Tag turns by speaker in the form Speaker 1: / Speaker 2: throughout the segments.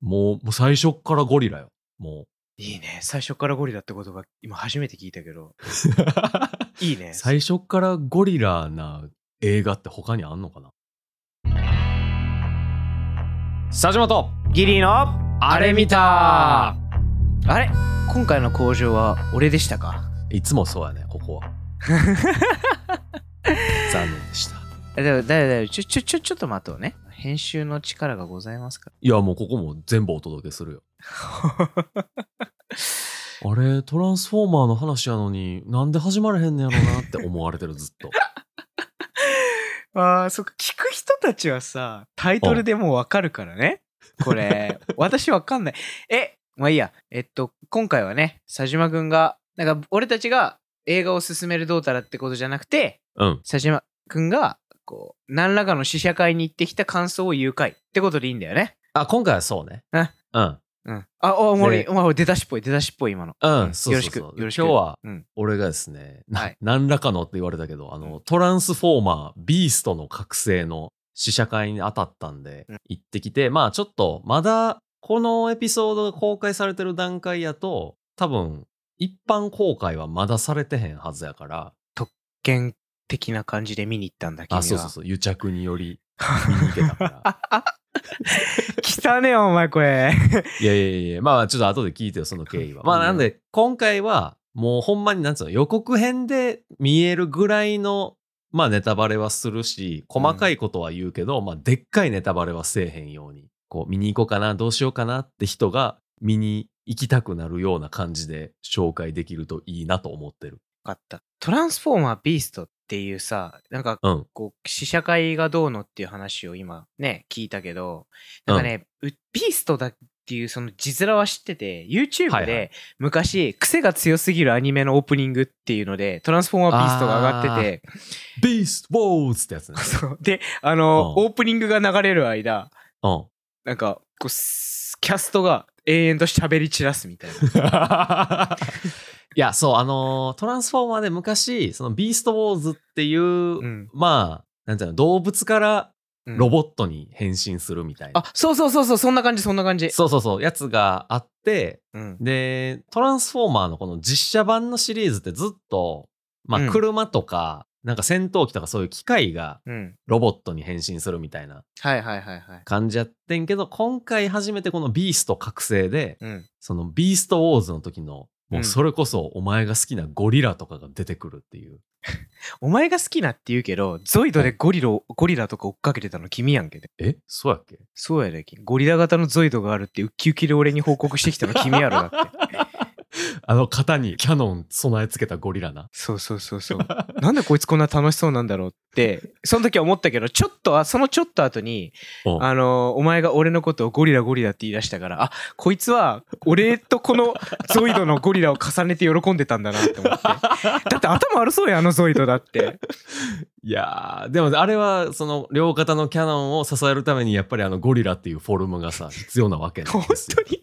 Speaker 1: もう、もう最初っからゴリラよ。も
Speaker 2: いいね。最初からゴリラって言葉、今初めて聞いたけど。
Speaker 1: う。
Speaker 2: いいね。
Speaker 1: 最初っからゴリラな映画って他にあんのかな佐島と
Speaker 2: ギリーの
Speaker 1: あれ見た
Speaker 2: あれ今回の工場は俺でしたか
Speaker 1: いつもそうやね、ここは。残念でした。
Speaker 2: えでも、だいだいちょ、ちょ、ちょ、ちょっと待とうね。編集の力がございますか
Speaker 1: いや、もうここも全部お届けするよ。
Speaker 2: ら。
Speaker 1: あれ、トランスフォーマーの話やのに、なんで始まらへんねやろなって思われてる、ずっと。
Speaker 2: ああ、そっか。聞く人たちはさ、タイトルでもうわかるからね。これ、 私わかんない。え、まあいいや。えっと、今回はね、佐島くんが、なんか俺たちが映画を進めるどうたらってことじゃなくて、
Speaker 1: うん。
Speaker 2: 佐島くんが、こう、何らかの試写会に行ってきた感想を誘拐ってことでいいんだよね。
Speaker 1: あ、今回はそうね。
Speaker 2: あ
Speaker 1: うん。
Speaker 2: うん。あ、おおもろい
Speaker 1: ね。
Speaker 2: お前、出だしっぽい、出だしっぽい、今の。
Speaker 1: うん、そうそうそう
Speaker 2: よろしく、よろしく。
Speaker 1: 今日は
Speaker 2: うん。
Speaker 1: 俺がですね、な
Speaker 2: はい
Speaker 1: 何らかのって言われたけど、あの、
Speaker 2: う
Speaker 1: トランスフォーマー、ビーストの覚醒の試写会に当たったんで
Speaker 2: うん、
Speaker 1: 行ってきて、まあちょっと、まだ、このエピソードが公開されてる段階やと、多分、一般公開はまだされてへんはずやから、
Speaker 2: 剣的な感じで見に行ったんだ、君は。
Speaker 1: あ、そうそうそう、癒着により見に行けた から。
Speaker 2: 来たね、お前、これ。
Speaker 1: いやいやいや、まあちょっと後で聞いてよ、その経緯は。 まあなんで、今回は、もうほんまになんつうの、予告編で見えるぐらいの、まあネタバレはするし、細かいことは言うけど、まあでっかいネタバレはせえへんように、こう見に行こうかな、どうしようかなって人が見に行きたくなるような感じで紹介できるといいなと思ってる。
Speaker 2: 分かった。トランスフォーマービーストっていうさ、なんか
Speaker 1: うん。
Speaker 2: こう、試写会がどうのっていう話を今ね、聞いたけど、なんかね、うビーストだっていうその字面は知ってて、
Speaker 1: は
Speaker 2: YouTube
Speaker 1: いはい
Speaker 2: で昔、癖が強すぎるアニメのオープニングっていうので、トランスフォーマービーストが上がってて、
Speaker 1: ビーストウォーズってやつね。
Speaker 2: そうで、あの、
Speaker 1: うん
Speaker 2: オープニングが流れる間、
Speaker 1: うん。
Speaker 2: なんか、こう、すキャストが永遠と喋り散らすみ たいな。
Speaker 1: いや、そう、あのートランスフォーマーで昔、そのビーストウォーズっていう、
Speaker 2: ん
Speaker 1: まあ、なんていうの、動物から
Speaker 2: うん
Speaker 1: ロボットに変身するみたいな。
Speaker 2: あ、そうそうそうそう、そんな感じ、そんな感じ。
Speaker 1: そうそうそう、やつがあって、
Speaker 2: うん。
Speaker 1: で、トランスフォーマーのこの実写版のシリーズってずっと、
Speaker 2: う
Speaker 1: まあ、
Speaker 2: ん
Speaker 1: 車とか、なんか戦闘機とかそういう機械が
Speaker 2: うん。
Speaker 1: ロボットに変身するみたいな
Speaker 2: はいはいはいはい。
Speaker 1: 感じやってんけど、今回初めてこのビースト覚醒で、
Speaker 2: うん。
Speaker 1: そのビーストウォーズの時の、
Speaker 2: うん
Speaker 1: もうそれこそお前が好きなゴリラとかが出てくるっていう。
Speaker 2: お前が好きなって言うけど、ゾイドでゴリラを、ゴリラとか追っかけてたの君やんけ。
Speaker 1: えそうやっけ
Speaker 2: そうやで、君ゴリラ型のゾイドがあるってウッキウキで俺に報告してきたの君やろだって。
Speaker 1: あの型にキャノン備え付けたゴリラな。
Speaker 2: そうそうそうそう。なんでこいつこんな楽しそうなんだろうって、 その時は思ったけど、ちょっとあ、そのちょっと後に、
Speaker 1: うん
Speaker 2: あの、お前が俺のことをゴリラゴリラって言い出したから、あ、こいつは俺とこのゾイドのゴリラを重ねて喜んでたんだなって思って。だって頭悪そうやん、あのゾイド だって。
Speaker 1: いやーでもあれはその両肩のキャノンを支えるためにやっぱりあのゴリラっていうフォルムが さ必要なわけなん
Speaker 2: 本
Speaker 1: ですよ
Speaker 2: 当に。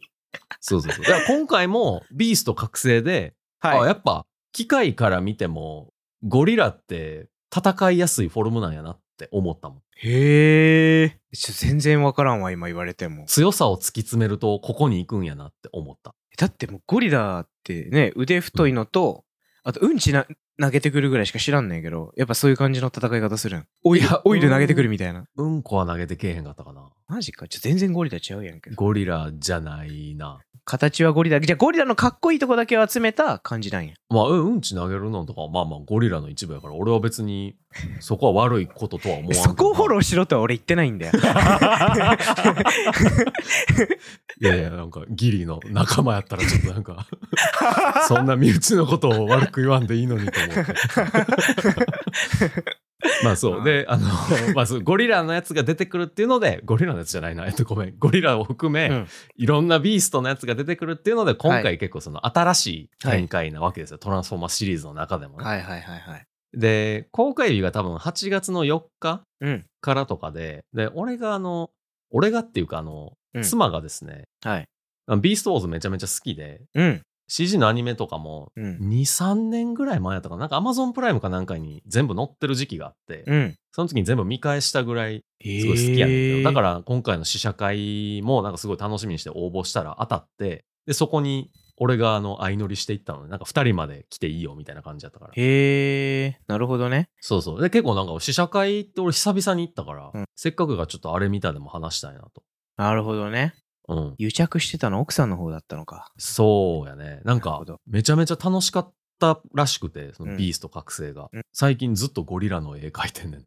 Speaker 1: そうそうそうだから今回もビースト覚醒で、あ
Speaker 2: はい。
Speaker 1: やっぱ機械から見てもゴリラって戦いやすいフォルムなんやなって思ったもん
Speaker 2: へえ。ちょ全然わからんわ、今言われても。
Speaker 1: 強さを突き詰めるとここに行くんやなって思った
Speaker 2: だってもうゴリラってね腕太いのと、あとうんちな投げてくるぐらいしか知らんねんけどやっぱそういう感じの戦い方するんオイル
Speaker 1: いや
Speaker 2: オイル投げてくるみたいな
Speaker 1: うんこは投げてけえへんかったかな
Speaker 2: マジかちょ全然ゴリラ違うやんけど
Speaker 1: ゴリラじゃないな
Speaker 2: 形はゴリラじゃあゴリラのかっこいいとこだけを集めた感じなんや
Speaker 1: まあうんうんち投げるのとかはまあまあゴリラの一部やから俺は別にそこは悪いこととは思わんけどな
Speaker 2: そこをフォローしろとは俺言ってないんだよ
Speaker 1: いやいや、なんか、ギリの仲間やったら、ちょっとなんか、 そんな身内のことを悪く言わんでいいのにと思って。 まあそう。で、あの、まあそう、ゴリラのやつが出てくるっていうので、ゴリラのやつじゃないな、えっと、ごめん、ゴリラを含め、
Speaker 2: うん
Speaker 1: いろんなビーストのやつが出てくるっていうので、今
Speaker 2: は
Speaker 1: 回結構その新しい展開なわけですよ。トランスフォーマーシリーズの中でもね。
Speaker 2: はいはいはいはい
Speaker 1: で、公開日が多分8月の4日
Speaker 2: うん
Speaker 1: からとかで、で、俺があの、俺がっていうかあの、
Speaker 2: うん
Speaker 1: 妻がですね、
Speaker 2: はい
Speaker 1: あのビーストウォーズめちゃめちゃ好きで、
Speaker 2: うん
Speaker 1: CG のアニメとかも、
Speaker 2: うん。
Speaker 1: 2、3年ぐらい前やったかな。なんか Amazon プライムかなんかに全部載ってる時期があって、
Speaker 2: うん。
Speaker 1: その時に全部見返したぐらい、
Speaker 2: す
Speaker 1: すごい好きやねんけど、だから今回の試写会もなんかすごい楽しみにして応募したら当たって、で、そこに俺があの、相乗りしていったので、なんか2人まで来ていいよみたいな感じだったから。
Speaker 2: へえ、なるほどね。
Speaker 1: そうそう。で、結構なんか試写会って俺久々に行ったから、
Speaker 2: うん
Speaker 1: せっかくがちょっとあれ見たでも話したいなと。
Speaker 2: なるほどね。
Speaker 1: うん。
Speaker 2: 癒着してたの奥さんの方だったのか。
Speaker 1: そうやね。なん
Speaker 2: なる
Speaker 1: か
Speaker 2: ほど、
Speaker 1: めちゃめちゃ楽しかったらしくて、そ
Speaker 2: うん
Speaker 1: のビースト覚醒が。
Speaker 2: うん
Speaker 1: 最近ずっとゴリラの 絵描いてんねん。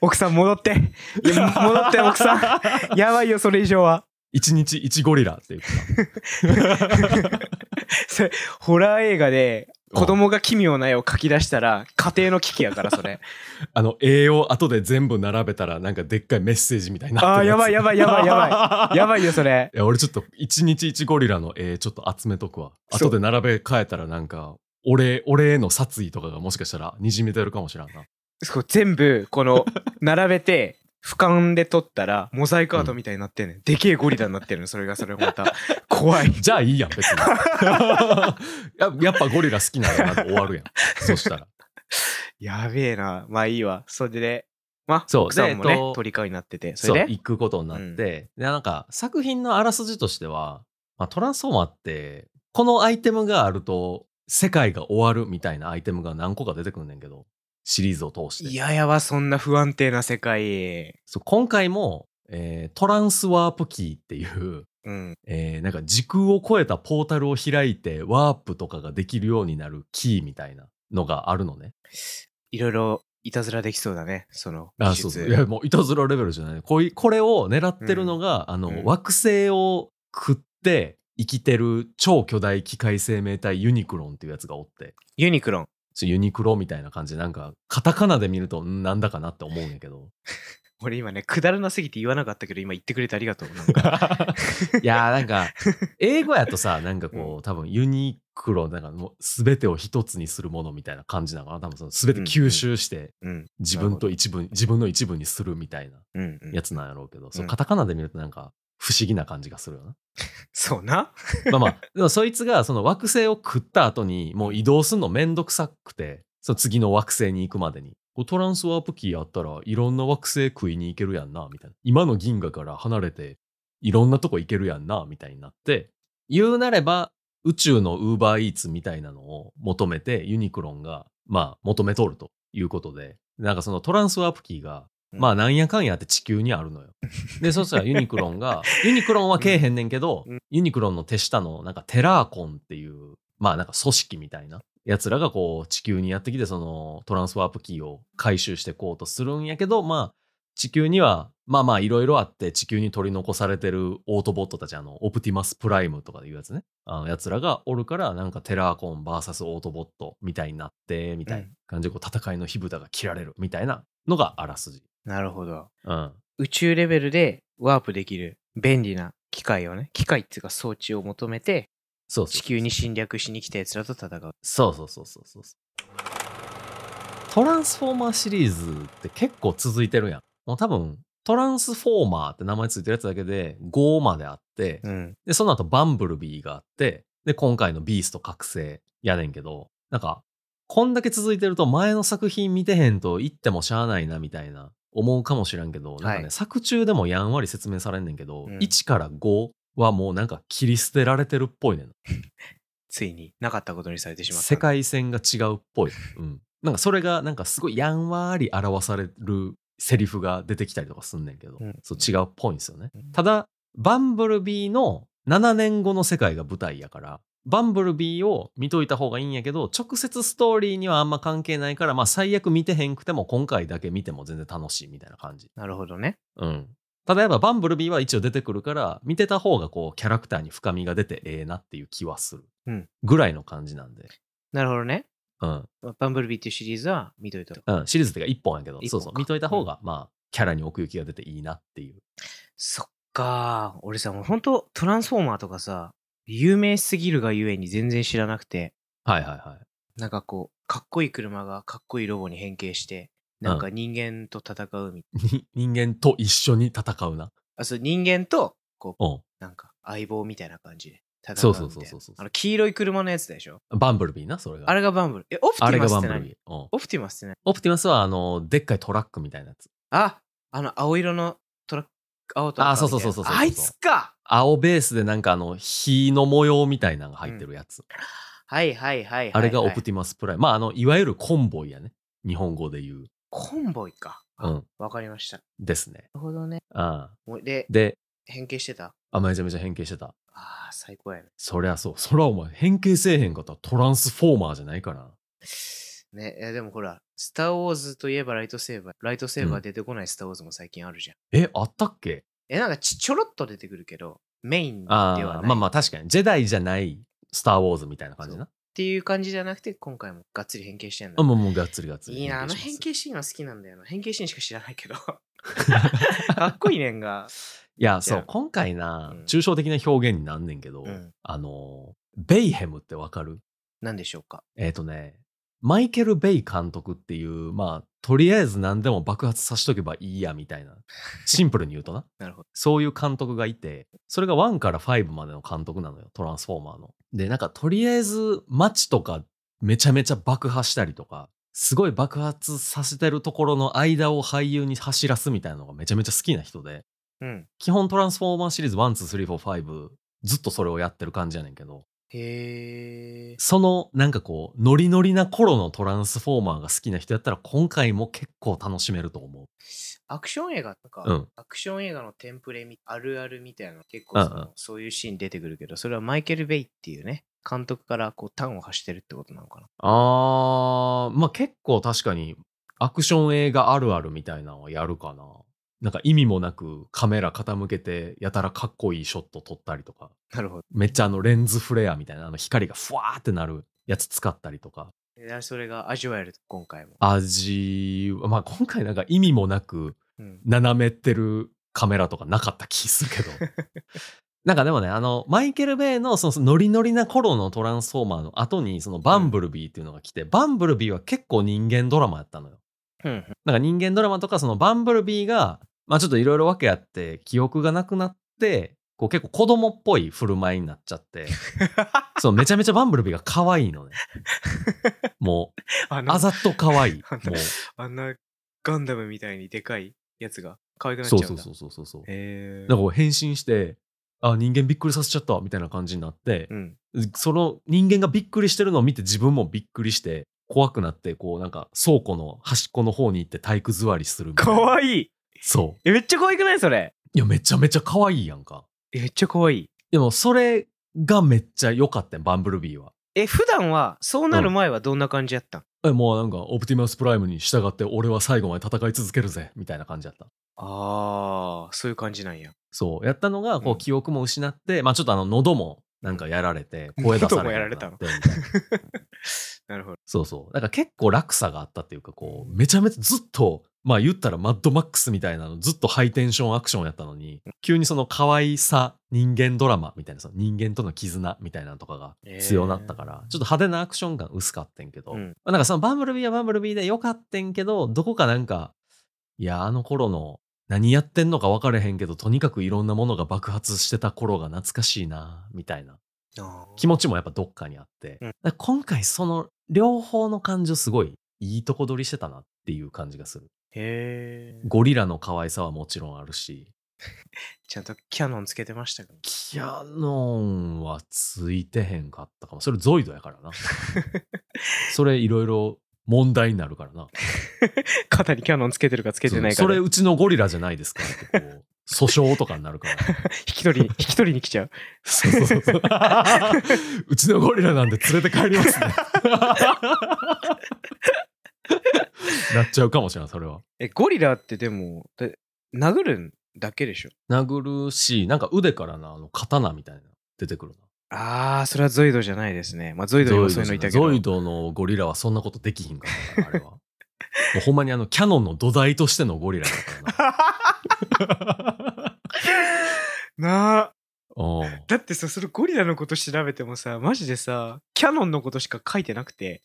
Speaker 2: 奥さん戻 って。いや戻って奥さん。
Speaker 1: ん
Speaker 2: やばいよ、それ以上は。
Speaker 1: 一日一ゴリラって言って
Speaker 2: それホラー映画で
Speaker 1: うん
Speaker 2: 子供が奇妙な絵を描き出したら家庭の危機やから、それ。
Speaker 1: た。あの、絵を後で全部並べたら、なんかでっかいメッセージみたいになってるつ
Speaker 2: あーやばいやばいやばいやば
Speaker 1: い
Speaker 2: やばいよ、それ。
Speaker 1: や、俺ちょっと一日一ゴリラの絵ちょっと集めとくわ。
Speaker 2: そう
Speaker 1: 後で並べ替えたらなんか、俺、俺への殺意とかがもしかしたら滲めてるかもしらんな。
Speaker 2: そう全部、この、並べて、俯瞰で撮ったら、モザイクアートみたいになってんねん。でけえゴリラになってるの、それが、それまた。怖 い。
Speaker 1: じゃあいいやん、別 に。ややっぱゴリラ好きなんやなって終わるやん。そしたら。
Speaker 2: やべえな。まあいいわ。それで、まあ、
Speaker 1: そう
Speaker 2: 奥さんも
Speaker 1: でえ
Speaker 2: ね
Speaker 1: っと、
Speaker 2: 鳥飼いになってて。そ
Speaker 1: そう、
Speaker 2: れで
Speaker 1: 行くことになって、で、なんか作品のあらすじとしては、まあ、トランスフォーマーって、このアイテムがあると、世界が終わるみたいなアイテムが何個か出てくるんねんけど、シリーズを通して。
Speaker 2: いややわ、そんな不安定な世界。
Speaker 1: そう今回も、えートランスワープキーっていう、
Speaker 2: うん。
Speaker 1: えーなんか時空を超えたポータルを開いて、ワープとかができるようになるキーみたいなのがあるのね。
Speaker 2: いろいろ、いたずらできそうだね。その、
Speaker 1: あ
Speaker 2: 技
Speaker 1: そうそう
Speaker 2: 術。
Speaker 1: いやもういたずらレベルじゃないこういこれを狙ってるのが、あの
Speaker 2: うん
Speaker 1: 惑星を食って生きてる超巨大機械生命体ユニクロンっていうやつがおって
Speaker 2: ユニクロン。
Speaker 1: ちょユニクロみたいな感じでなんかカタカナで見るとんなんだかなって思うんやけ ど
Speaker 2: 俺今ね、くだらなすぎて言わなかったけど、今言ってくれてありがとう。 なんか
Speaker 1: いやーなんか英語やとさなんかこう、多分ユニクロなんかもう全てを一つにするものみたいな感じなのかな多分その全て吸収して
Speaker 2: うん。
Speaker 1: 自分と一部、自分の一部にするみたいな
Speaker 2: うん、うん。
Speaker 1: やつなんやろうけど、そううんカタカナで見るとなんか不思議な感じがするよな。
Speaker 2: そうな。
Speaker 1: まあまあ、でもそいつがその惑星を食った後にもう移動するのめんどくさくて、その次の惑星に行くまでに。こうトランスワープキーあったらいろんな惑星食いに行けるやんな、みたいな。今の銀河から離れていろんなとこ行けるやんな、みたいになって。言うなれば宇宙のウーバーイーツみたいなのを求めてユニクロンがまあ求めとるということで、なんかそのトランスワープキーがまあなんやかんやって地球にあるのよ。で、そしたらユニクロン が、ユニクロンはけえへんねんけど、
Speaker 2: うん
Speaker 1: ユニクロンの手下のなんかテラーコンっていう、まあなんか組織みたいなやつらがこう地球にやってきて、そのトランスワープキーを回収してこうとするんやけど、まあ地球には、まあまあいろいろあって地球に取り残されてるオートボットたち、あの、オプティマスプライムとかいうやつね。あのやつらがおるから、なんかテラーコン VS オートボットみたいになって、みたいな感じでこう戦いの火蓋が切られるみたいなのがあらすじ。
Speaker 2: なるほど。
Speaker 1: うん。
Speaker 2: 宇宙レベルでワープできる便利な機械をね、機械っていうか装置を求めて
Speaker 1: そうそう
Speaker 2: 地球に侵略しに来た奴らと戦う。
Speaker 1: そうそうそうそうそうそうトランスフォーマーシリーズって結構続いてるやんもう多分トランスフォーマーって名前ついてるやつだけで5まであって、
Speaker 2: うん。
Speaker 1: でその後バンブルビーがあってで今回のビースト覚醒やねんけどなんかこんだけ続いてると前の作品見てへんと言ってもしゃあないなみたいな思うかもしらんけどなんかね、
Speaker 2: はい
Speaker 1: 作中でもやんわり説明されんねんけど、
Speaker 2: うん
Speaker 1: 1から5はもうなんか切り捨てられてるっぽいねん
Speaker 2: ついになかったことにされてしまった。
Speaker 1: 世。界線が違うっぽい、 うん、なんかそれがなんかすごいやんわり表されるセリフが出てきたりとかすんねんけど、
Speaker 2: うん
Speaker 1: そう違うっぽいんですよね
Speaker 2: うん
Speaker 1: ただバンブルビーの7年後の世界が舞台やからバンブルビーを見といた方がいいんやけど直接ストーリーにはあんま関係ないからまあ最悪見てへんくても今回だけ見ても全然楽しいみたいな感じ
Speaker 2: なるほどね。
Speaker 1: うんただやっぱバンブルビーは一応出てくるから見てた方がこうキャラクターに深みが出てええなっていう気はする
Speaker 2: うん
Speaker 1: ぐらいの感じなんで、
Speaker 2: なるほどね。
Speaker 1: うん、
Speaker 2: バンブルビーっていうシリーズは見といた。
Speaker 1: うん、シリーズってか1本やけど
Speaker 2: 一本、
Speaker 1: そうそう、
Speaker 2: か
Speaker 1: 見といた方が、まあ、キャラに奥行きが出ていいなっていう。
Speaker 2: そっかー。俺さ、もうほんとトランスフォーマーとかさ、有名すぎるがゆえに全然知らなくて、
Speaker 1: はいはいはい。
Speaker 2: なんかこう、かっこいい車がかっこいいロボに変形して、なんか人間と戦うみたいな。
Speaker 1: に人間と一緒に戦うな。
Speaker 2: あ、そう、人間と、こう、
Speaker 1: うん。
Speaker 2: なんか相棒みたいな感じで。戦うみたい
Speaker 1: そ
Speaker 2: な
Speaker 1: うそうそうそうそう
Speaker 2: あの黄色い車のやつでしょ
Speaker 1: バンブルビーな、それが。
Speaker 2: あれがバンブル。え、オプテ
Speaker 1: あ
Speaker 2: ィ
Speaker 1: れ
Speaker 2: マ
Speaker 1: が
Speaker 2: ス
Speaker 1: バ
Speaker 2: っ
Speaker 1: ン
Speaker 2: て
Speaker 1: ブル
Speaker 2: 何
Speaker 1: ビー。うん
Speaker 2: オプティマスって何
Speaker 1: オプティマスは、あの、でっかいトラックみたいなやつ。
Speaker 2: あ、あの青色のトラック、青トラックみたい
Speaker 1: あそ
Speaker 2: な。
Speaker 1: うそうそうそうそうそう
Speaker 2: あいつか
Speaker 1: 青ベースでなんかあの、火の模様みたいなのが入ってるやつ。
Speaker 2: はいはいはいはい、はい。
Speaker 1: あれがオプティマスプライム。まあ、あの、いわゆるコンボイやね。日本語で言う。
Speaker 2: コンボイか。
Speaker 1: う
Speaker 2: あ
Speaker 1: ん。
Speaker 2: わかりました。な
Speaker 1: ですね。
Speaker 2: るほどね。
Speaker 1: ああ
Speaker 2: もうで、
Speaker 1: で、
Speaker 2: 変形してた
Speaker 1: あ、めちゃめちゃ変形してた。
Speaker 2: ああ、最高やね。
Speaker 1: そりゃそう。そらお前、変形せえへんかったらトランスフォーマーじゃないかな。
Speaker 2: ね、えでもほら、スター・ウォーズといえばライトセーバー、ライトセーバー出てこないスター・ウォーズも最近あるじゃん。
Speaker 1: え、あったっけ
Speaker 2: え、なんかちちょろっと出てくるけど、メインで
Speaker 1: あ
Speaker 2: は
Speaker 1: あ、
Speaker 2: ない
Speaker 1: まあまあ確かに。ジェダイじゃない、スター・ウォーズみたいな感じな。
Speaker 2: っていう感じじゃなくて、今回もがっつり変形してん
Speaker 1: あ、
Speaker 2: だ。
Speaker 1: もうもうがっつりがっつり。
Speaker 2: いいな、あの
Speaker 1: し
Speaker 2: 変
Speaker 1: ます
Speaker 2: 形シーンは好きなんだよな。変形シーンしか知らない けど。かっこいいねんが。
Speaker 1: いや、そ
Speaker 2: じゃあ
Speaker 1: う、今回な
Speaker 2: うん、
Speaker 1: 抽象的な表現になんねんけど、
Speaker 2: うん
Speaker 1: あの、ベイヘムってわかる
Speaker 2: なんでしょうか。
Speaker 1: えっ、とね、マイケル・ベイ監督っていう、まあ、とりあえず何でも爆発さしとけばいいやみたいな、シンプルに言うとな、
Speaker 2: なるほど。
Speaker 1: そういう監督がいて、それが1から5までの監督なのよ、トランスフォーマーの。で、なんかとりあえず街とかめちゃめちゃ爆破したりとか、すごい爆発させてるところの間を俳優に走らすみたいなのがめちゃめちゃ好きな人で、
Speaker 2: うん。
Speaker 1: 基本トランスフォーマーシリーズ1、2、3、4、5、ずっとそれをやってる感じやねんけど、
Speaker 2: へえ。
Speaker 1: そのなんかこうノリノリな頃のトランスフォーマーが好きな人やったら今回も結構楽しめると思う。
Speaker 2: アクション映画とか、
Speaker 1: うん
Speaker 2: アクション映画のテンプレみあるあるみたいなの結構その、
Speaker 1: うんうん
Speaker 2: そういうシーン出てくるけど、それはマイケル・ベイっていうね、監督からこう端を発してるってことなのかな。
Speaker 1: あーまあ結構確かにアクション映画あるあるみたいなのはやるかな。なんか意味もなくカメラ傾けてやたらかっこいいショット撮ったりとか
Speaker 2: なるほど。
Speaker 1: めっちゃあのレンズフレアみたいなあの光がふわーってなるやつ使ったりとか
Speaker 2: でそれが味わえると、今回も。
Speaker 1: 味まあ今回なんか意味もなく
Speaker 2: うん。
Speaker 1: 斜めってるカメラとかなかった気するけど なんかでもねあのマイケル・ベイのそのそのノリノリな頃のトランスフォーマーの後にそのバンブルビーっていうのが来て、バンブルビーは結構人間ドラマやったのよ
Speaker 2: うんうん
Speaker 1: なんか人間ドラマとかそのバンブルビーがまあちょっといろいろ訳あって記憶がなくなってこう結構子供っぽい振る舞いになっちゃって そうめちゃめちゃバンブルビーが可愛いのねも う
Speaker 2: あの
Speaker 1: あざと可愛いも
Speaker 2: あんな
Speaker 1: う
Speaker 2: あんなガンダムみたいにでかいやつが可愛くなっちゃ
Speaker 1: そ
Speaker 2: うん
Speaker 1: う
Speaker 2: だ。
Speaker 1: そうそうそうそうそう
Speaker 2: へえ。
Speaker 1: なんかこう変身して、あ、人間びっくりさせちゃったみたいな感じになって
Speaker 2: う、ん。
Speaker 1: その人間がびっくりしてるのを見て自分もびっくりして、怖くなって、こうなんか倉庫の端っこの方に行って体育座りするみたい
Speaker 2: か
Speaker 1: な。
Speaker 2: わいい
Speaker 1: そ
Speaker 2: え、めっちゃ可愛くないそれ。
Speaker 1: う。いや、めちゃめちゃ可愛いやんか。
Speaker 2: え、めっちゃ可愛い。
Speaker 1: でもそれがめっちゃ良かったよ、バンブルビーは。
Speaker 2: え、普段は、そうなる前はどんな感じやったん、
Speaker 1: えもうなんか、オプティマスプライムに従って俺は最後まで戦い続けるぜ、みたいな感じだった。
Speaker 2: ああ、そういう感じなんや。
Speaker 1: そう。やったのが、こ
Speaker 2: うん
Speaker 1: う、記憶も失って、まあちょっとあの、喉もなんかやられて、声出されへんようになってみたいな
Speaker 2: なるほど。
Speaker 1: そうそう。だから結構落差があったっていうか、こう、めちゃめちゃずっと、まあ言ったらマッドマックスみたいなの、ずっとハイテンションアクションやったのに、急にその可愛さ、人間ドラマみたいな、その人間との絆みたいなのとかが必要になったから、ちょっと派手なアクション感薄かってんけど、
Speaker 2: うん
Speaker 1: まあなんかそのバンブルビーはバンブルビーで良かってんけど、どこかなんか、いや、あの頃の、何やってんのか分かれへんけど、とにかくいろんなものが爆発してた頃が懐かしいな、みたいな。
Speaker 2: あー
Speaker 1: 気持ちもやっぱどっかにあって、
Speaker 2: うん
Speaker 1: だから今回その両方の感情すごいいいとこ取りしてたなっていう感じがする
Speaker 2: へえ。
Speaker 1: ゴリラの可愛さはもちろんあるし
Speaker 2: ちゃんとキャノンつけてましたか
Speaker 1: キャノンはついてへんかったかもそれゾイドやから なそれいろいろ問題になるからな
Speaker 2: 肩にキャノンつけて るかつけてないか
Speaker 1: そうそ
Speaker 2: で
Speaker 1: れ
Speaker 2: 引
Speaker 1: うちのゴリラじゃないですかってこう訴訟とかになるから
Speaker 2: き取りに、引き取りに来ちゃう。
Speaker 1: そうそうそうそううちのゴリラなんで連れて帰ります ねなっちゃうかもしれないそれは
Speaker 2: え、ゴリラってでも、で殴るんだけでしょ
Speaker 1: 殴るし、なんか腕からな、あの、刀みたいな、出てくる
Speaker 2: ああ、それはゾイドじゃないですね。まあ、ゾイ
Speaker 1: な。
Speaker 2: ドにもそういうのいたけど。
Speaker 1: ゾイドのゴリラはそんなことできひんからな、あ れは。もうほんまにあの、キャノンの土台としてのゴリラ だからな。
Speaker 2: なあ。
Speaker 1: おう
Speaker 2: だってさ、それゴリラのこと調べてもさ、マジでさ、キャノンのことしか書いてなく て。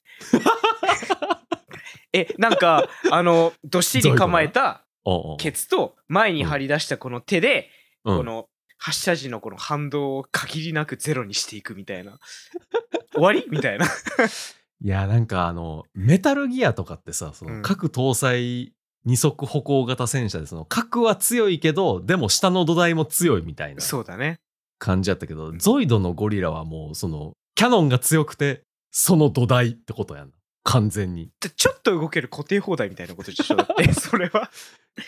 Speaker 2: え、なんか、あの、どっしり構えた
Speaker 1: おうおう
Speaker 2: ケツと前に張り出したこの手で、
Speaker 1: うん
Speaker 2: この発射時のこの反動を限りなくゼロにしていくみたいな終わりみたいな
Speaker 1: いや、なんかあの、メタルギアとかってさ、そ
Speaker 2: う
Speaker 1: の
Speaker 2: ん
Speaker 1: 核搭載二足歩行型戦車で、その核は強いけど、でも下の土台も強いみたいな
Speaker 2: そうだね
Speaker 1: 感じやったけど、ゾイドのゴリラはもう、その、キャノンが強くて、その土台ってことやんな。完全に。
Speaker 2: でちょっと動ける固定放題みたいなことでしょ だってそれは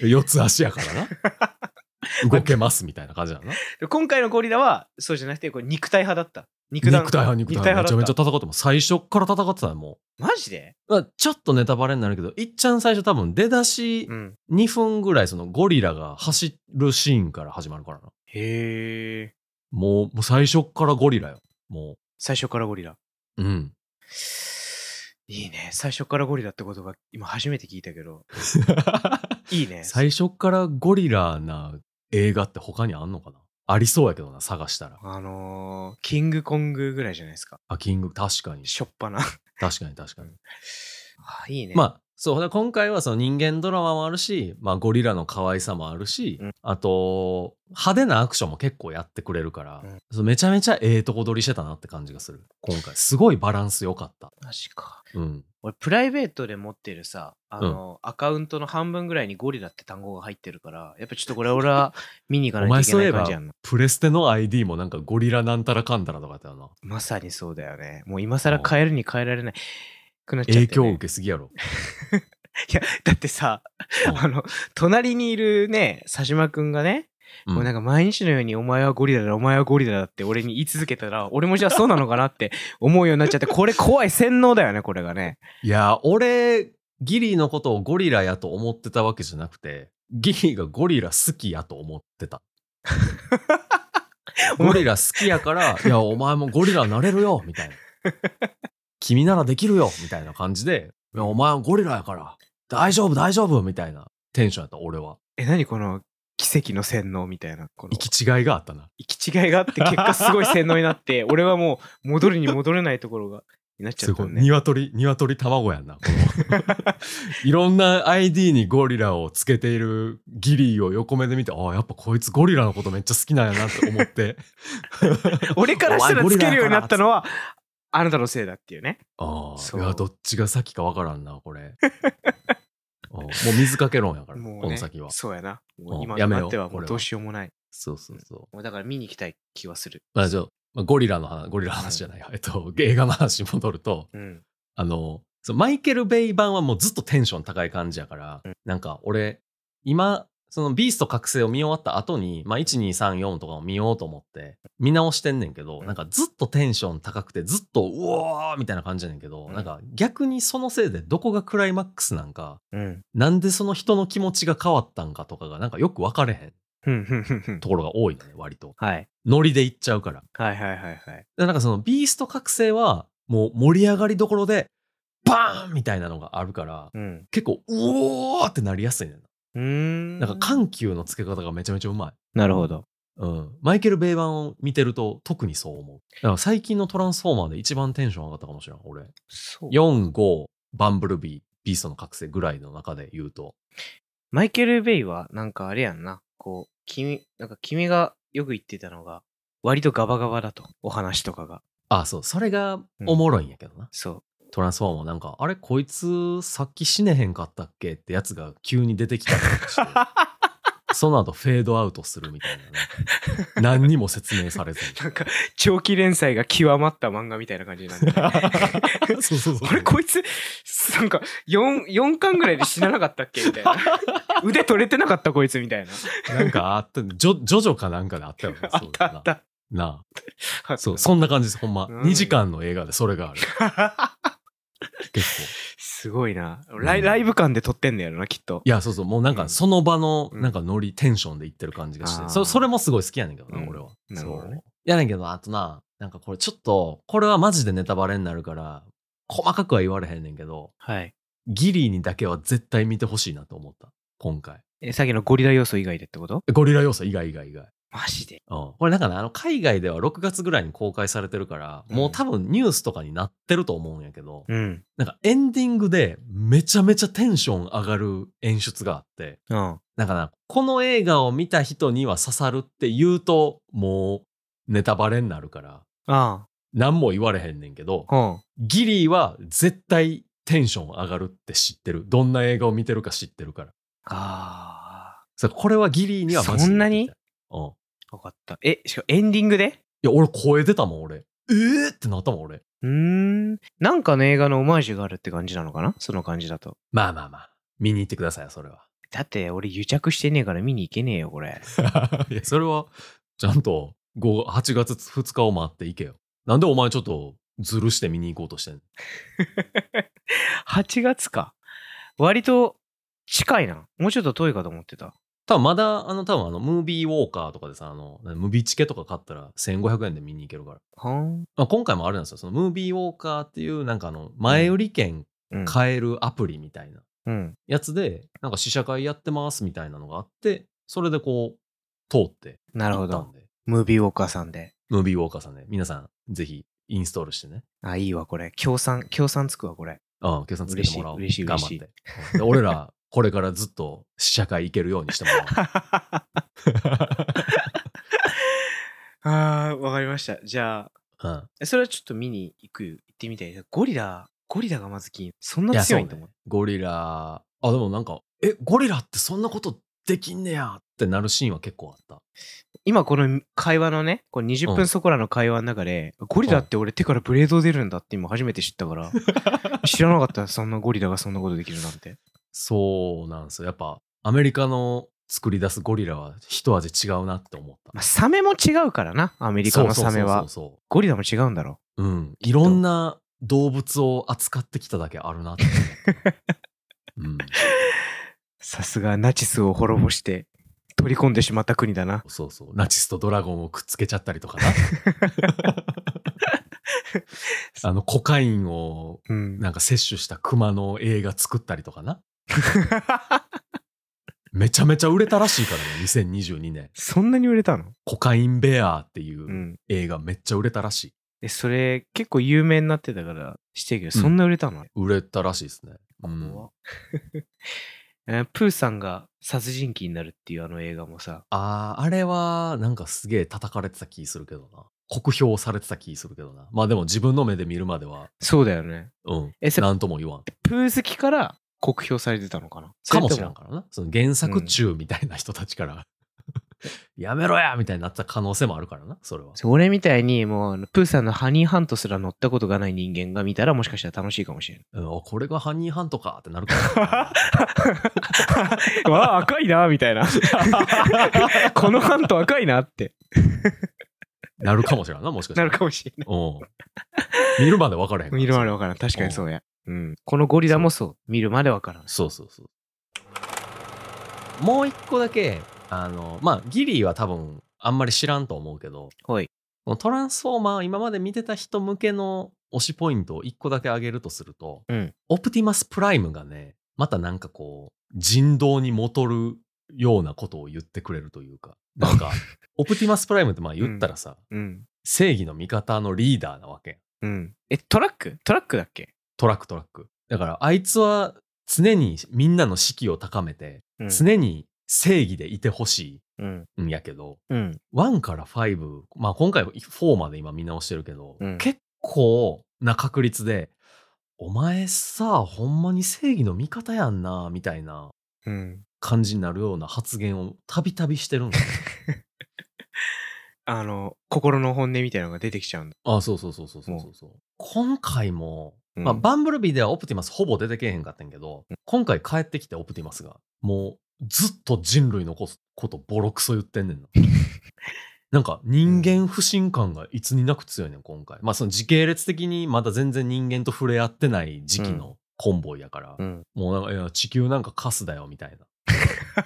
Speaker 1: 四つ足やからな。 動けますみたいな感じやな。
Speaker 2: で今回のゴリラはそうじゃなくてこれ肉体派だった 肉
Speaker 1: 肉
Speaker 2: 弾
Speaker 1: 体派、肉体派。めちゃめちゃ
Speaker 2: だった
Speaker 1: 戦っても、最初から戦ってたよ、も
Speaker 2: マジで
Speaker 1: う。まあちょっとネタバレになるけど、いっちゃん最初多分出だし
Speaker 2: うん
Speaker 1: 2分ぐらいそのゴリラが走るシーンから始まるからな。
Speaker 2: へえ
Speaker 1: もう、もう最初からゴリラよ。も
Speaker 2: 最初からゴリラ
Speaker 1: う。う ん。
Speaker 2: いいね最初からゴリラって言葉今初めて聞いたけどいいね
Speaker 1: 最初からゴリラな映画って他にあんのかなありそうやけどな、探したら。
Speaker 2: あのー、キングコングぐらいじゃないですか。
Speaker 1: あ、キング、確かに。
Speaker 2: しょっぱな。
Speaker 1: 確かに確かに。
Speaker 2: あいいね。
Speaker 1: まあ、そう、で今回はその人間ドラマもあるし、まあゴリラの可愛さもあるし、
Speaker 2: うん
Speaker 1: あと、派手なアクションも結構やってくれるから、
Speaker 2: うん
Speaker 1: そうめちゃめちゃええとこ取りしてたなって感じがする。今回、すごいバランス良かった。
Speaker 2: マジか。
Speaker 1: うん。
Speaker 2: 俺、プライベートで持ってるさ、あの、アカウントの半分ぐらいにゴリラって単語が入ってるから、やっぱちょっとこれ 俺は見に行かないといけない感じやんな。
Speaker 1: プレステの ID もなんかゴリラなんたらかんたらとかやったよな。
Speaker 2: まさにそうだよね。もう今更変えるに変えられない。くなっちゃって、ね、
Speaker 1: 影響を受けすぎやろ。
Speaker 2: いやだってさ、
Speaker 1: うん
Speaker 2: あの隣にいるね佐島くんがね、
Speaker 1: うん
Speaker 2: もうなんか毎日のように「お前はゴリラだお前はゴリラだ」って俺に言い続けたら俺もじゃあそうなのかなって 思うようになっちゃってこれ怖い洗脳だよねこれがね
Speaker 1: いやー、俺、ギリのことをゴリラやと思ってたわけじゃなくて、ギリがゴリラ好きやと思って た。ゴリラ好きや から、いや、お前もゴリラなれるよ、みたいな。君ならできるよ、みたいな感じで、いや、お前はゴリラやから、大丈夫、大丈夫、みたいなテンションやった、俺は。
Speaker 2: え何この奇跡の洗脳みたいなこの
Speaker 1: 行き違いがあったな。
Speaker 2: 行き違いがあって結果すごい洗脳になって 俺はもう戻るに戻れないところがになっちゃ
Speaker 1: す
Speaker 2: った
Speaker 1: ごい。
Speaker 2: のね
Speaker 1: 鶏、鶏卵やんな。この いろんな ID にゴリラをつけているギリーを横目で見て、ああ、やっぱこいつゴリラのことめっちゃ好きなんやなって思 って。
Speaker 2: 俺からした
Speaker 1: お
Speaker 2: ら
Speaker 1: 前ゴ
Speaker 2: つ
Speaker 1: リラや
Speaker 2: け
Speaker 1: から
Speaker 2: るようになったのはあなたのせいだっていうね
Speaker 1: ああ、
Speaker 2: そう
Speaker 1: いや、どっちが先かわからんな、これ。ああもう水かけ論やから、
Speaker 2: もうね
Speaker 1: この先は。
Speaker 2: そうやなもう
Speaker 1: うん
Speaker 2: 今
Speaker 1: や
Speaker 2: と
Speaker 1: め
Speaker 2: な
Speaker 1: よう
Speaker 2: ってはも
Speaker 1: 俺
Speaker 2: う
Speaker 1: は
Speaker 2: どうしようもない
Speaker 1: そうそうそう。
Speaker 2: もうだから見に行きたい気はする
Speaker 1: まあ、じゃあまあゴリラの話、ゴリラの話じゃないよ。えっと、映画の話に戻ると、
Speaker 2: うん
Speaker 1: あの、そうマイケル・ベイ版はもうずっとテンション高い感じやから、
Speaker 2: うん
Speaker 1: なんか俺、今、そのビースト覚醒を見終わった後に、まあ、1、2、3、4とかを見ようと思って、見直してんねんけど、
Speaker 2: うん
Speaker 1: なんかずっとテンション高くて、ずっと、うおーみたいな感じやねんけど、
Speaker 2: うん
Speaker 1: なんか逆にそのせいでどこがクライマックスなんか、
Speaker 2: うん
Speaker 1: なんでその人の気持ちが変わったんかとかが、なんかよく分かれへん
Speaker 2: ふんふんふんふん
Speaker 1: ところが多いのね、割と。
Speaker 2: はい
Speaker 1: ノリでいっちゃうから。
Speaker 2: はいはいはいはい
Speaker 1: でなんかそのビースト覚醒はもう盛り上がりどころでバーンみたいなのがあるから
Speaker 2: うん
Speaker 1: 結構うおーってなりやすいねん
Speaker 2: うーん
Speaker 1: ななんか緩急のつけ方がめちゃめちゃうまい、
Speaker 2: なるほど
Speaker 1: うん、マイケル・ベイ版を見てると特にそう思うだから最近のトランスフォーマーで一番テンション上がったかもしれん俺
Speaker 2: そう
Speaker 1: 45バンブルビービーストの覚醒ぐらいの中で言うと
Speaker 2: マイケル・ベイは、なんかあれやんな。こう、君、なんか君がよく言ってたのが、割とガバガバだと。お話とかが。
Speaker 1: あそうそれがおもろいんやけどな、
Speaker 2: そ
Speaker 1: トランスフォーマーなんかあれこいつさっき死ねへんかったっけってやつが急に出てきたりと かして
Speaker 2: う。
Speaker 1: その後フェードアウトするみたいななんか。何にも説明されずに。
Speaker 2: なんか、長期連載が極まった漫画みたいな感じにな るんだよね。
Speaker 1: そうそうそう。
Speaker 2: あれこいつ、なんか4、4巻ぐらいで死ななかったっけみたい な。腕取れてなかったこいつみたいな。
Speaker 1: なんかあった、ジョジョジョかなんかであったよね。
Speaker 2: あ
Speaker 1: そう
Speaker 2: ったあった。
Speaker 1: なな
Speaker 2: あ
Speaker 1: あ。
Speaker 2: った
Speaker 1: そう、そんな感じです、ほんま。
Speaker 2: うん
Speaker 1: 2時間の映画でそれがある。結構。
Speaker 2: すごいなライ。
Speaker 1: うん
Speaker 2: ライブ感で撮ってんだよな、きっと。
Speaker 1: いや、そうそう、もうなん
Speaker 2: うん
Speaker 1: かその場の、
Speaker 2: うん
Speaker 1: なんかノリ、テンションでいってる感じがし
Speaker 2: あー
Speaker 1: て、そそれもすごい好きやねんけど
Speaker 2: う
Speaker 1: な、
Speaker 2: ん
Speaker 1: 俺は。
Speaker 2: なるほどね
Speaker 1: そう。やねんけど、あとな、なんかこれちょっと、これはマジでネタバレになるから、細かくは言われへんねんけど、
Speaker 2: はい。
Speaker 1: ギリーにだけは絶対見てほしいなと思った。今回。
Speaker 2: え、さっきのゴリラ要素以外でってこと
Speaker 1: ゴリラ要素以外以外以外。
Speaker 2: マジで。
Speaker 1: うん、これなんかねあの海外では6月ぐらいに公開されてるから、もう多分ニュースとかになってると思うんやけど、
Speaker 2: うん。
Speaker 1: なんかエンディングでめちゃめちゃテンション上がる演出があって、
Speaker 2: うん。
Speaker 1: なんかな、この映画を見た人には刺さるって言うと、もうネタバレになるから、
Speaker 2: あ
Speaker 1: 何も言われへんねんけど、
Speaker 2: あ。
Speaker 1: ギリーは絶対テンション上がるって知ってる。どんな映画を見てるか知ってるから。
Speaker 2: あ
Speaker 1: そうこれはギリーにはマジで
Speaker 2: そんな
Speaker 1: 言
Speaker 2: に
Speaker 1: ってたうん。い
Speaker 2: あ。わかった。え、しかもエンディングで
Speaker 1: や、俺声出たもん、俺。えーってなったもん、俺。
Speaker 2: うーん。なんかの映画のオマージュがあるって感じなのかなその感じだと。
Speaker 1: まあまあまあ。見に行ってくださいよ、それ は。
Speaker 2: だって俺癒着してねえから見に行けねえよ、これ。
Speaker 1: いや、それは、ちゃんと、5 8月2日を待っていけよ。なんでお前ちょっと、ずるして見に行こうとしてんの
Speaker 2: 8月か。割と近いな。もうちょっと遠いかと思ってた。
Speaker 1: 多分まだ、あの、多分あの、ムービーウォーカーとかでさ、あの、ムービーチケとか買ったら1500円で見に行けるから。
Speaker 2: はん。
Speaker 1: まあ、今回もあれなんですよ。その、ムービーウォーカーっていう、なんかあの、前売り券
Speaker 2: うん。
Speaker 1: 買えるアプリみたいな
Speaker 2: うん。
Speaker 1: やつで、なんか試写会やってますみたいなのがあって、それでこう、通って
Speaker 2: なる
Speaker 1: 行
Speaker 2: ほ
Speaker 1: ったん
Speaker 2: ど。
Speaker 1: で、
Speaker 2: ムービーウォーカーさんで。
Speaker 1: ムービーウォーカーさんで、皆さん、ぜひ、インストールしてね。
Speaker 2: あ、いいわ、これ。協賛、協賛つくわ、これ。
Speaker 1: うん、計算つけてもらおう。
Speaker 2: 嬉しい
Speaker 1: 頑
Speaker 2: 嬉
Speaker 1: 張っ
Speaker 2: しい
Speaker 1: て。うんで俺 ら、これからずっと試写会行けるようにしてもらおう。
Speaker 2: あー、わかりました。じゃ
Speaker 1: うん、
Speaker 2: あ、それはちょっと見に行く、行ってみたい。ゴリラ、ゴリラがまず気に、そん
Speaker 1: い
Speaker 2: な
Speaker 1: やそ
Speaker 2: 強
Speaker 1: う
Speaker 2: いん
Speaker 1: ね
Speaker 2: だもん。
Speaker 1: ゴリラ、あ、でもなんか、え、ゴリラってそんなことできんねやってなるシーンは結構あった。
Speaker 2: 今この会話のね、この20
Speaker 1: うん
Speaker 2: 分そこらの会話の中で、ゴリラって俺手からブレード出るんだって今初めて知っ たから、知らなかった、そんなゴリラがそんなことできるなんて。
Speaker 1: そうなんですよ。やっぱ、アメリカの作り出すゴリラは一味違うなって思った。
Speaker 2: まあ、サメも違うからな、アメ
Speaker 1: ア
Speaker 2: リカのサメ
Speaker 1: そう
Speaker 2: は。
Speaker 1: そうそう
Speaker 2: ゴリラも違うんだろ
Speaker 1: そううん。いろんな動物を扱ってきただけあるなって思っ た。
Speaker 2: う。さすがナチスを滅ぼして取り込んでしまった国だな
Speaker 1: う。ん。そうそう。ナチスとドラゴンをくっつけちゃったりとかな。 あの、コカインを
Speaker 2: うん。
Speaker 1: なんか摂取した熊の映画作ったりとかな。めちゃめちゃ売れたらしいからね、2022年。
Speaker 2: そんなに売れたの。
Speaker 1: コカインベアーっていううん映画めっちゃ売れたらしい。
Speaker 2: で、それ結構有名になってたからしてるけど、そんな売れたの、
Speaker 1: 売れたらしいですね。うん
Speaker 2: 怖っ えープーさんが殺人鬼になるっていうあの映画もさ、
Speaker 1: あーあれはなんかすげえ叩かれてた気するけどな。酷評されてた気するけどな。まあでも自分の目で見るまでは、
Speaker 2: そうだよね。
Speaker 1: うん、
Speaker 2: え、それ
Speaker 1: なんとも言わん。
Speaker 2: プー好きから酷評されてたのかな
Speaker 1: かもしらん
Speaker 2: か。
Speaker 1: からな。その原作中みたいな人たちから、やめろやみたいになった可能性もあるからな、それは。
Speaker 2: そう俺みたいにもうあのプーさんのハニーハントすら乗ったことがない人間が見たらもしかしたら楽しいかもしれない。
Speaker 1: うん、あこれがハニーハントかってなるか
Speaker 2: わあ赤いなみたいな このハント赤いなって
Speaker 1: らなるかもしれんな、もしかした
Speaker 2: な
Speaker 1: ら。
Speaker 2: るかもしれない
Speaker 1: うん。見るまで分からへんから
Speaker 2: 見るまでわからん確かにそうや、うん、このゴリラもそう見るまでわからん
Speaker 1: そうそうそう。もう一個だけ、あの、まあ、ギリーは多分、あんまり知らんと思うけど、
Speaker 2: はい
Speaker 1: このトランスフォーマー、今まで見てた人向けの推しポイントを一個だけ挙げるとすると、
Speaker 2: うん
Speaker 1: オプティマスプライムがね、またなんかこう、人道に戻るようなことを言ってくれるというか、なん か、オプティマスプライムってまあ言ったらさ、
Speaker 2: うん
Speaker 1: 正義の味方のリーダーなわけやん。
Speaker 2: うんえトラックトラックだっけ、
Speaker 1: トラックトラック。だから、あいつは常にみんなの士気を高めて、
Speaker 2: うん
Speaker 1: 常に正義でいてほし
Speaker 2: うん
Speaker 1: いんやけど、
Speaker 2: うん
Speaker 1: 1から5、まあ今回4まで今見直してるけど、
Speaker 2: うん
Speaker 1: 結構な確率で、お前さ、ほんまに正義の味方やんな、みたいな
Speaker 2: うん
Speaker 1: 感じになるような発言をたびたびしてるんだよ
Speaker 2: あの心の本音みたいなのが出てきちゃうんだ
Speaker 1: あ、そうそうそうそうそうそうそう。今回も、
Speaker 2: うん
Speaker 1: まあバンブルビーではオプティマスほぼ出てけえへんかったんやけど、今回帰ってきてオプティマスが、もうずっと人類のこことボロクソ言ってん ねんな。なんか人間不信感がいつになく強いねん今回。まあその時系列的にまだ全然人間と触れ合ってない時期のコンボイやから、
Speaker 2: ん
Speaker 1: もうなんかいや地球なんかカスだよみたいな。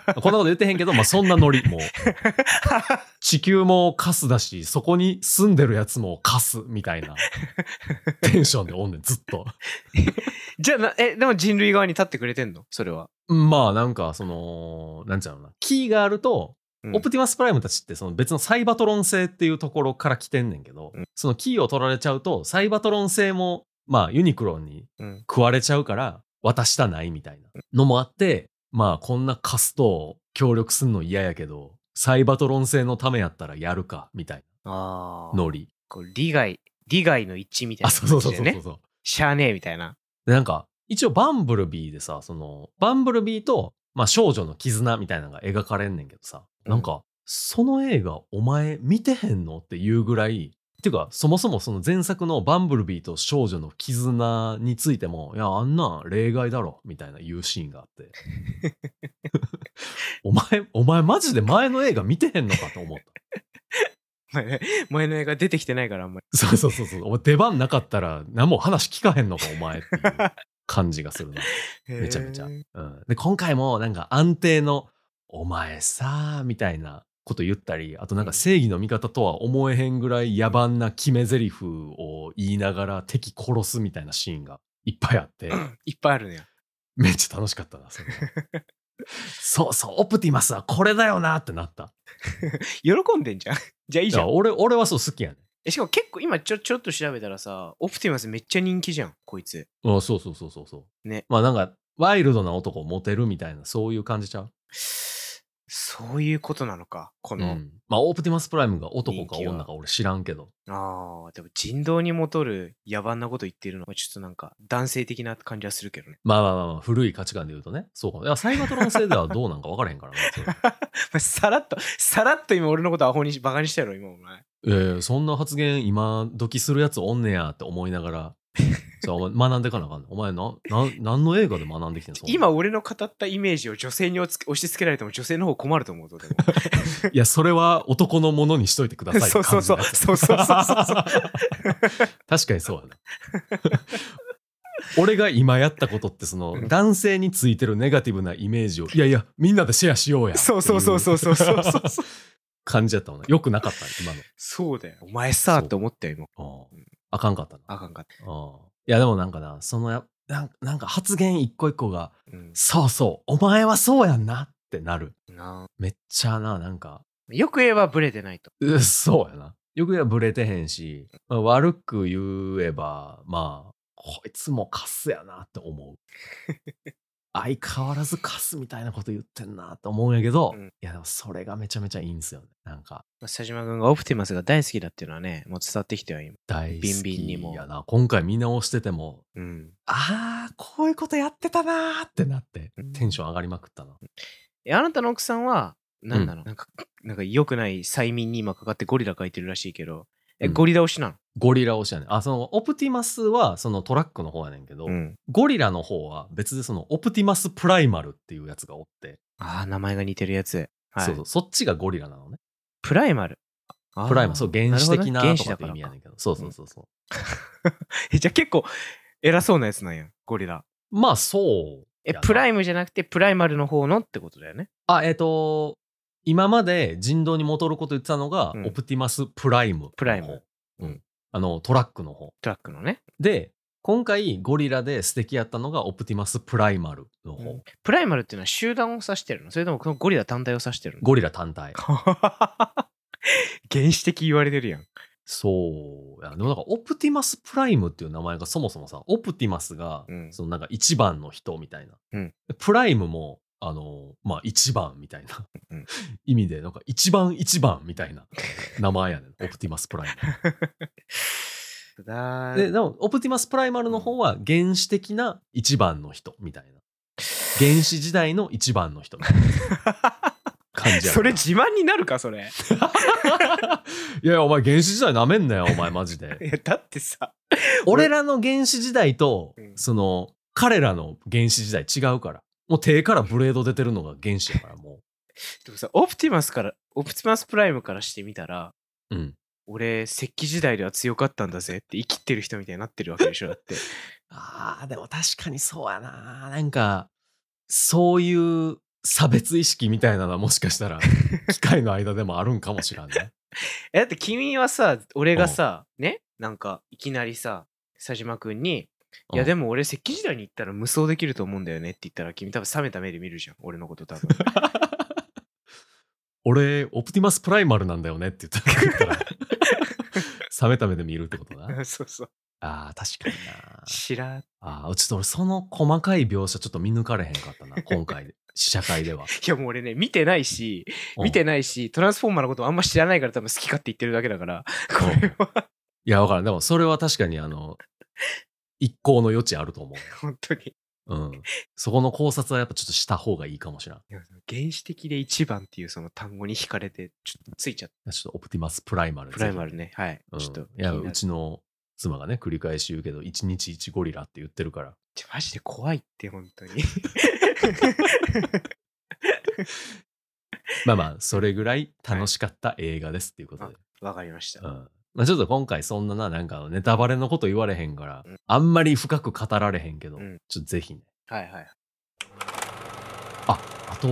Speaker 1: こんなこと言ってへんけど、まあそんなノリ、もう地球もカスだし、そこに住んでるやつもカスみたいなテンションでおんねんずっと。
Speaker 2: じゃあなえでも人類側に立ってくれてんのそれは
Speaker 1: まあなんかそのなんちゃうのかなキーがあると
Speaker 2: うん
Speaker 1: オプティマスプライムたちってその別のサイバトロン製っていうところから来てんねんけど、
Speaker 2: うん
Speaker 1: そのキーを取られちゃうとサイバトロン製もまあユニクロンに
Speaker 2: うん
Speaker 1: 食われちゃうから渡したないみたいなのもあってまあこんなカスと協力すんの嫌やけどサイバトロン製のためやったらやるかみたい
Speaker 2: あ
Speaker 1: な
Speaker 2: あ。
Speaker 1: ノリ
Speaker 2: こう利害、利害の一致みたい
Speaker 1: あ
Speaker 2: な
Speaker 1: そ
Speaker 2: 感
Speaker 1: う
Speaker 2: じ
Speaker 1: そ
Speaker 2: で、ね。
Speaker 1: うそうそうそうそう
Speaker 2: しゃあねえみたいな。
Speaker 1: でなんか一応バンブルビーでさそのバンブルビーと、まあ、少女の絆みたいなのが描かれんねんけどさ、
Speaker 2: うん
Speaker 1: なんかその映画お前見てへんのっていうぐらいっていうかそもそもその前作のバンブルビーと少女の絆についてもいやあんなん例外だろみたいな言うシーンがあって お前お前マジで前の映画見てへんのかと思った
Speaker 2: 前ね前の映画出てきてないからあんまり。
Speaker 1: そうそうそうそうお前出番なかったら何も話聞かへんのかお前っていう感じがするなめちゃめちゃ
Speaker 2: へえ
Speaker 1: うん、で今回もなんか安定の「お前さ」みたいなこと言ったりあとなんか正義の味方とは思えへんぐらい野蛮な決め台詞を言いながら敵殺すみたいなシーンがいっぱいあって
Speaker 2: いっぱいあるね。
Speaker 1: めっちゃ楽しかったなそれはそうそうオプティマスはこれだよなってなった
Speaker 2: 喜んでんじ ゃん。じゃあいい
Speaker 1: い
Speaker 2: じゃ
Speaker 1: や
Speaker 2: ん。
Speaker 1: 俺俺はそう好きやね
Speaker 2: えしかも結構今ちょ、ちょっと調べたらさ、オプティマスめっちゃ人気じゃん、こいつ。
Speaker 1: うんそうそうそうそうそう
Speaker 2: ね
Speaker 1: まあなんかワイルドな男をモテるみたいなそういう感じちゃう、
Speaker 2: そういうことなのか、こ
Speaker 1: う
Speaker 2: の。
Speaker 1: んまあオプティマスプライムが男か
Speaker 2: 人気は
Speaker 1: 女か俺知らんけど
Speaker 2: ああ、でも人道にもとる野蛮なこと言ってるのはちょっとなんか男性的な感じはするけどね。
Speaker 1: まあまあまあまあ、古い価値観で言うとね、そうかも。いや、サイバトロン製ではどうなんか分からへん からな。それ
Speaker 2: まあさらっと、さらっと今俺のことアホにし、バカにしたやろ、今お前。
Speaker 1: えーそんな発言、今、時するやつおんねやって思いながら、そうお前学んでかなあかんねんお前な、な、何の映画で学んできてんのそんな
Speaker 2: 今俺の語ったイメージを女性に押し押し付けられても女性の方困ると思うとでも
Speaker 1: いや、それは男のものにしといてくださいって
Speaker 2: そうそうそう
Speaker 1: 感じ
Speaker 2: そうそうそうそうそう
Speaker 1: 確かにそうやな。俺が今やったことって、その、男性についてるネガティブなイメージを、いやいや、みんなでシェアしようや。
Speaker 2: そうそうそうそうそうそうそ
Speaker 1: う。
Speaker 2: う
Speaker 1: 感じやったもんな。よくなかったね、今の。
Speaker 2: そうだよお前さ
Speaker 1: そう
Speaker 2: って思ったよ今
Speaker 1: うんあかんかったな。
Speaker 2: あかんかっ
Speaker 1: うんいやでもなんかなそのやなんなんか発言一個一個が
Speaker 2: た、う
Speaker 1: 「
Speaker 2: ん
Speaker 1: そうそうお前はそうやんな」ってなる
Speaker 2: なあ
Speaker 1: めっちゃななんか
Speaker 2: よく言えばブレてないと
Speaker 1: うっそうやなよく言えばブレてへんしまあ悪く言えばまあこいつもカスやなって思 う相変わらずカスみたいなこと言ってんなって思うんやけど、
Speaker 2: うん
Speaker 1: いやでもそれがめちゃめちゃいいんすよねなんか
Speaker 2: まあ佐島君がオプティマスが大好きだっていうのはねもう伝わってきては今
Speaker 1: 大好
Speaker 2: ビンビン
Speaker 1: き
Speaker 2: にも
Speaker 1: やな今回見直してても
Speaker 2: うん
Speaker 1: あーこういうことやってたなーってなって
Speaker 2: うん
Speaker 1: テンション上がりまくったな、
Speaker 2: えあなたの奥さんは何なの、なんかなんか良くない催眠に今かかってゴリラ描いてるらしいけどえ
Speaker 1: うん
Speaker 2: ゴリラ推しなの
Speaker 1: ゴリラ推しやねんあそのオプティマスはそのトラックの方やねんけど、
Speaker 2: ん
Speaker 1: ゴリラの方は別でそのオプティマスプライマルっていうやつがおって、
Speaker 2: ああ名前が似てるやつはい
Speaker 1: そうそうそっちがゴリラなのね
Speaker 2: プライマルあー
Speaker 1: プライマルそう原始的な
Speaker 2: るほど
Speaker 1: と
Speaker 2: ね原始
Speaker 1: かって
Speaker 2: だか
Speaker 1: 意
Speaker 2: ら
Speaker 1: 味や
Speaker 2: か
Speaker 1: ねんけどそうそうそうそう、
Speaker 2: えじゃあ結構偉そうなやつなんや、ゴリラ。
Speaker 1: まあそう
Speaker 2: え、
Speaker 1: やな
Speaker 2: プライムじゃなくてプライマルの方のってことだよね。
Speaker 1: あえっ、と今まで人道に戻ること言ってたのが、
Speaker 2: うん
Speaker 1: オプティマスプライム
Speaker 2: プライム、
Speaker 1: うん、あのトラックの方
Speaker 2: トラックのね。
Speaker 1: で今回ゴリラで素敵やったのがオプティマスプライマルの方、
Speaker 2: プライマルっていうのは集団を指してるのそれともこのゴリラ単体を指してる の
Speaker 1: ゴリラ単体
Speaker 2: 原始的言われてるやん。
Speaker 1: そうやでもなんかオプティマスプライムっていう名前がそもそもさオプティマスが
Speaker 2: うん
Speaker 1: そのなんか一番の人みたいな、
Speaker 2: うん
Speaker 1: プライムもあのまあ一番みたいな、
Speaker 2: うん
Speaker 1: 意味でなんか一番一番みたいな名前やねん オプティマスプライ
Speaker 2: だ
Speaker 1: ムででもオプティマスプライマルの方は原始的な一番の人みたいな原始時代の一番の人みたいな感じやから
Speaker 2: それ自慢になるか、そ れ。
Speaker 1: いやいや、お前原始時代なめんなよ、お前マジで。
Speaker 2: いや、だってさ。
Speaker 1: 俺らの原始時代と
Speaker 2: うん、
Speaker 1: その、彼らの原始時代違うから。もう手からブレード出てるのが原始やから、も
Speaker 2: でもさ、オプティマスから、オプティマスプライムからしてみたら、
Speaker 1: う。うん。
Speaker 2: 俺、石器時代では強かったんだぜって生きてる人みたいになってるわけでしょ、だって。
Speaker 1: ああ、でも確かにそうやな。なんか、そういう差別意識みたいなのはもしか したら、機械の間でもあるんかもしらんね。
Speaker 2: えだって君はさ俺がさ、ねなんかいきなりさ佐島くんに「いやで
Speaker 1: も。
Speaker 2: も俺石器時代に行ったら無双できると思うんだよね」って言ったら君多分冷めた目で見るじゃん俺のこと多分
Speaker 1: 俺、オプティマスプライマルなんだよねって言った言った ら、冷めた目で見るってことな。
Speaker 2: そうそう。
Speaker 1: ああ、確かにな。
Speaker 2: 知らん。
Speaker 1: ああ、ちょっと俺、その細かい描写ちょっと見抜かれへんかっ たな、今回で、試写会では。
Speaker 2: いやもう俺ね、見てないし、見て
Speaker 1: ない。
Speaker 2: ないし、トランスフォーマーのことあんま知らないから多分好き勝手言ってるだけだから、これは
Speaker 1: いや、わからん。でも、それは確かに、あの、一向の余地あると思。
Speaker 2: 本当に。いう
Speaker 1: うん。そこの考察はやっぱちょっとした方がいいかもしれん。
Speaker 2: や原始的で一番っていうその単語に惹かれて、ちょっとついちゃっ
Speaker 1: ちょっとオプティマスプライマル。
Speaker 2: た。プライマルね。はい。
Speaker 1: うん。
Speaker 2: ちょっと
Speaker 1: い
Speaker 2: 気にな
Speaker 1: や、
Speaker 2: る。
Speaker 1: うちの妻がね、繰り返し言うけど、1日1ゴリラって言ってるから。
Speaker 2: ちょマジで怖いって、本当に。
Speaker 1: まあまあ、それぐらい楽しかった映画ですっていうことで。
Speaker 2: わかりました。
Speaker 1: うん。まあ、ちょっと今回そんなな、なんかネタバレのこと言われへんから
Speaker 2: うん、
Speaker 1: あんまり深く語られへんけど、
Speaker 2: うん
Speaker 1: ちょっとぜひね。
Speaker 2: はいはい。
Speaker 1: あ、あと、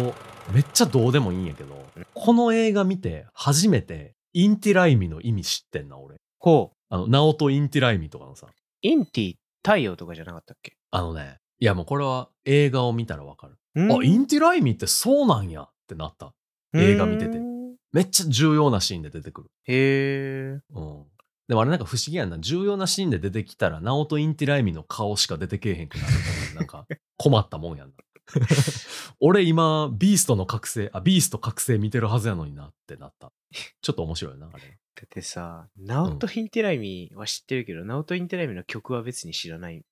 Speaker 1: めっちゃどうでもいいんやけど、
Speaker 2: うん
Speaker 1: この映画見て、初めて、インティライミの意味知ってんな、俺。
Speaker 2: こう、
Speaker 1: あの、ナオト・インティライミとかのさ、
Speaker 2: インティ太陽とかじゃなかったっけ
Speaker 1: あのね、いやもうこれは映画を見たらわかる。あ、イ
Speaker 2: ン
Speaker 1: ンティライミってそうなんやってなった。映画見ててめっちゃ重要なシーンで出てくる。
Speaker 2: へえ。
Speaker 1: うん。でもあれなんか不思議やんな。重要なシーンで出てきたら、ナオト・インティライミの顔しか出てけえへんくなるから。なん か困ったもんやんな。俺今、ビーストの覚醒、あ、ビースト覚醒見てるはずやのになってなった。ちょっと面白いな、あれ。
Speaker 2: だってさ、ナオト・インティライミは知ってるけど、ナオト・インティライミの曲は別に知らない。
Speaker 1: ああ、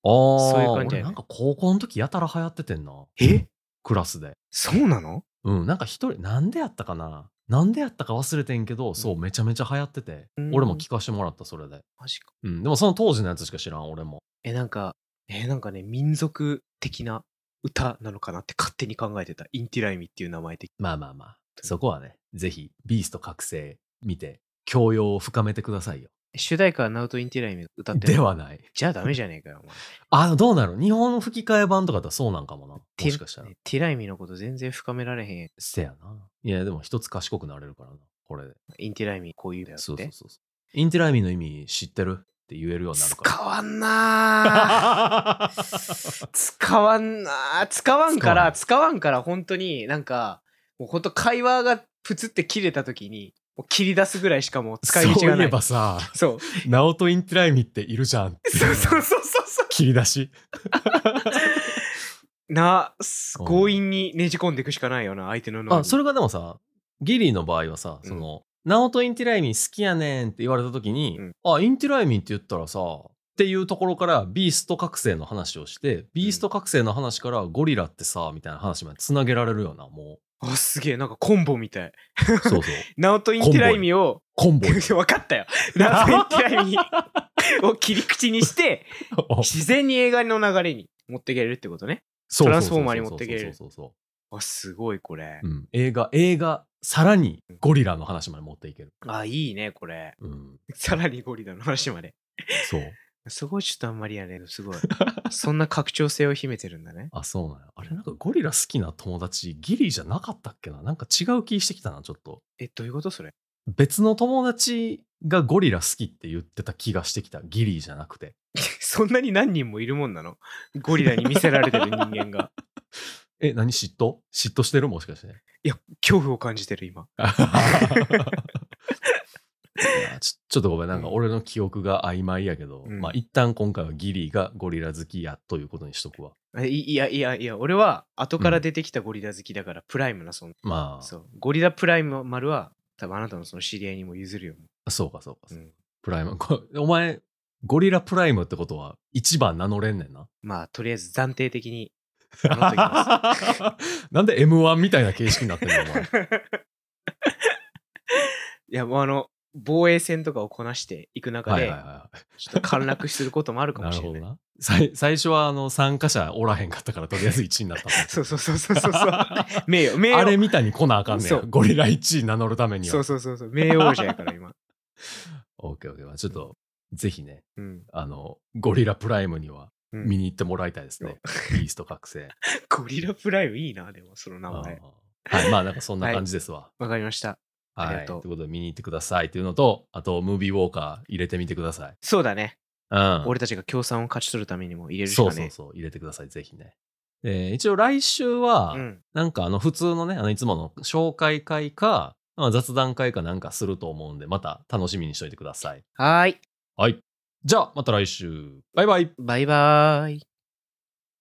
Speaker 2: そういう感じ
Speaker 1: 俺
Speaker 2: やね
Speaker 1: なんか高校の時やたら流行っててんな。
Speaker 2: え
Speaker 1: クラスで。
Speaker 2: そうなの
Speaker 1: うん、なんか一人、なんでやったかななんでやったか忘れてんけど、そう、めちゃめちゃ流行ってて、
Speaker 2: うん
Speaker 1: 俺も聞かしてもらった、それで。
Speaker 2: マジか。
Speaker 1: うん、でもその当時のやつしか知らん、俺も。
Speaker 2: え、なんか、え、なんかね、民族的な歌なのかなって勝手に考えてた。インティライミっていう名前的。
Speaker 1: まあまあまあ、そこはね、ぜひ、ビースト覚醒見て、教養を深めてくださいよ。
Speaker 2: 主題歌はナオト・インティライミが歌ってる
Speaker 1: ではない。
Speaker 2: じゃあダメじゃねえかよ、お前。
Speaker 1: あ、どうなる日本吹き替え版とかだったらそうなんかもな。もしかしたら
Speaker 2: ティ。ティライミのこと全然深められへん。
Speaker 1: せやな。いや、でも一つ賢くなれるからな、これで。
Speaker 2: インティライミこういうんだよって。
Speaker 1: そうそうそうそう。インティライミの意味知ってるって言えるようになるから。
Speaker 2: 使わんなあ
Speaker 1: あ
Speaker 2: 使わんなあ使わんか
Speaker 1: 使わ
Speaker 2: ら
Speaker 1: ん
Speaker 2: 使わんから本当になんかもう本当会話がプツって切れた時にもう切り出すぐらいしかもう使い道
Speaker 1: そう
Speaker 2: が
Speaker 1: い
Speaker 2: な
Speaker 1: え
Speaker 2: い
Speaker 1: ばさ、
Speaker 2: そう
Speaker 1: ナオト・インティライミっているじゃんってい
Speaker 2: そう
Speaker 1: のが
Speaker 2: そうそうそうそ
Speaker 1: 切り出し。
Speaker 2: うな
Speaker 1: うん
Speaker 2: 強引にねじ込んでいくしかないよな相手の脳に
Speaker 1: あ、それがでもさ、ギリーの場合はさ、その、ナオト・インティライミ好きやねんって言われた時に、
Speaker 2: うん
Speaker 1: あ、インティライミって言ったらさ、っていうところからビースト覚醒の話をして、ビースト覚醒の話からゴリラってさ、みたいな話までつなげられるよな、も。
Speaker 2: あすげえなんかコンボみたいう
Speaker 1: そうそう。
Speaker 2: ナオト・インティライミを
Speaker 1: コン ボイ。
Speaker 2: 分かったよナオト・インティライミを切り口 にして自然に映画の流れに持っていけれるってことね
Speaker 1: ト
Speaker 2: ランスフォーマーに持ってける
Speaker 1: そうそうそ
Speaker 2: あすごいこれ
Speaker 1: う。うん。映画、映画、さらにゴリラの話まで持っていける。
Speaker 2: あいいねこれ
Speaker 1: うん。
Speaker 2: さらにゴリラの話まで
Speaker 1: そう。
Speaker 2: そこはちょっとあんまりやねすごいそんな拡張性を秘めてるんだね
Speaker 1: あ、そうなんや。あれ、なんかゴリラ好きな友達、ギリじゃなかったっけななんか違う気してきたな、ちょっと。
Speaker 2: えどういうことそれ
Speaker 1: 別の友達がゴリラ好きって言ってた気がしてきた。ギリじゃなくて。
Speaker 2: そんなに何人もいるもんなのゴリラに見せられてる人間 が
Speaker 1: え、何嫉妬嫉妬してるもしか して。
Speaker 2: いや恐怖を感じてる今
Speaker 1: いやちょちょっとごめん、なんか俺の記憶が曖昧やけど、
Speaker 2: うん
Speaker 1: まあ一旦今回はギリがゴリラ好きやということにしとくわ。
Speaker 2: えいいやいやいや俺は後から出てきたゴリラ好きだからプライムなその、
Speaker 1: まあ、そ
Speaker 2: そうゴリラプライム丸は多分あなたのその知り合いにも譲るよ、
Speaker 1: うかそうか。
Speaker 2: うん
Speaker 1: プライム。 こお前、ゴリラプライムってことは一番名乗れんねんな。
Speaker 2: まあとりあえず暫定的に名乗っときます
Speaker 1: なんで M1 みたいな形 式になってんのお前
Speaker 2: いやもうあの防衛戦とかをこなしていく中
Speaker 1: はい
Speaker 2: で
Speaker 1: はいは
Speaker 2: ちょっと陥落することもあるか
Speaker 1: い。
Speaker 2: も
Speaker 1: なる
Speaker 2: しれ
Speaker 1: ほ
Speaker 2: な
Speaker 1: ど
Speaker 2: い
Speaker 1: な。最最初はあの参加者おらへんかったからとりあえず1位になったと
Speaker 2: そうそうそう そうそうそう。名誉、名誉。
Speaker 1: あれみたいに来なあかんね
Speaker 2: そ
Speaker 1: ん
Speaker 2: う
Speaker 1: ゴリラ1位名乗るためには
Speaker 2: そうそうそうそう。名誉王者やから 今。
Speaker 1: オッケーオッケーまあちょっとぜひね
Speaker 2: うん。
Speaker 1: あのゴリラプライムには
Speaker 2: うん
Speaker 1: 見に行ってもらいたいですね、ビースト覚 醒
Speaker 2: ゴリラプライムいいな、でも、その名
Speaker 1: あー
Speaker 2: 前。
Speaker 1: はいまあなんかそんな感じですわ、
Speaker 2: わかりました。
Speaker 1: はい
Speaker 2: ありがとう
Speaker 1: ということで見に行ってくださいっていうのとあとムービーウォーカー入れてみてください
Speaker 2: そうだね。
Speaker 1: うん
Speaker 2: 俺たちが協賛を勝ち取るためにも入れるしか
Speaker 1: そ
Speaker 2: ね。
Speaker 1: うそうそう入れてくださいぜひねえー一応来週は、
Speaker 2: ん。
Speaker 1: なんかあの普通のね、あのいつもの紹介会か、まあ、雑談会かなんかすると思うんで、また楽しみにしといてください。
Speaker 2: はーい。
Speaker 1: はい。じゃあ、また来週。バイバイ。
Speaker 2: バイバーイ。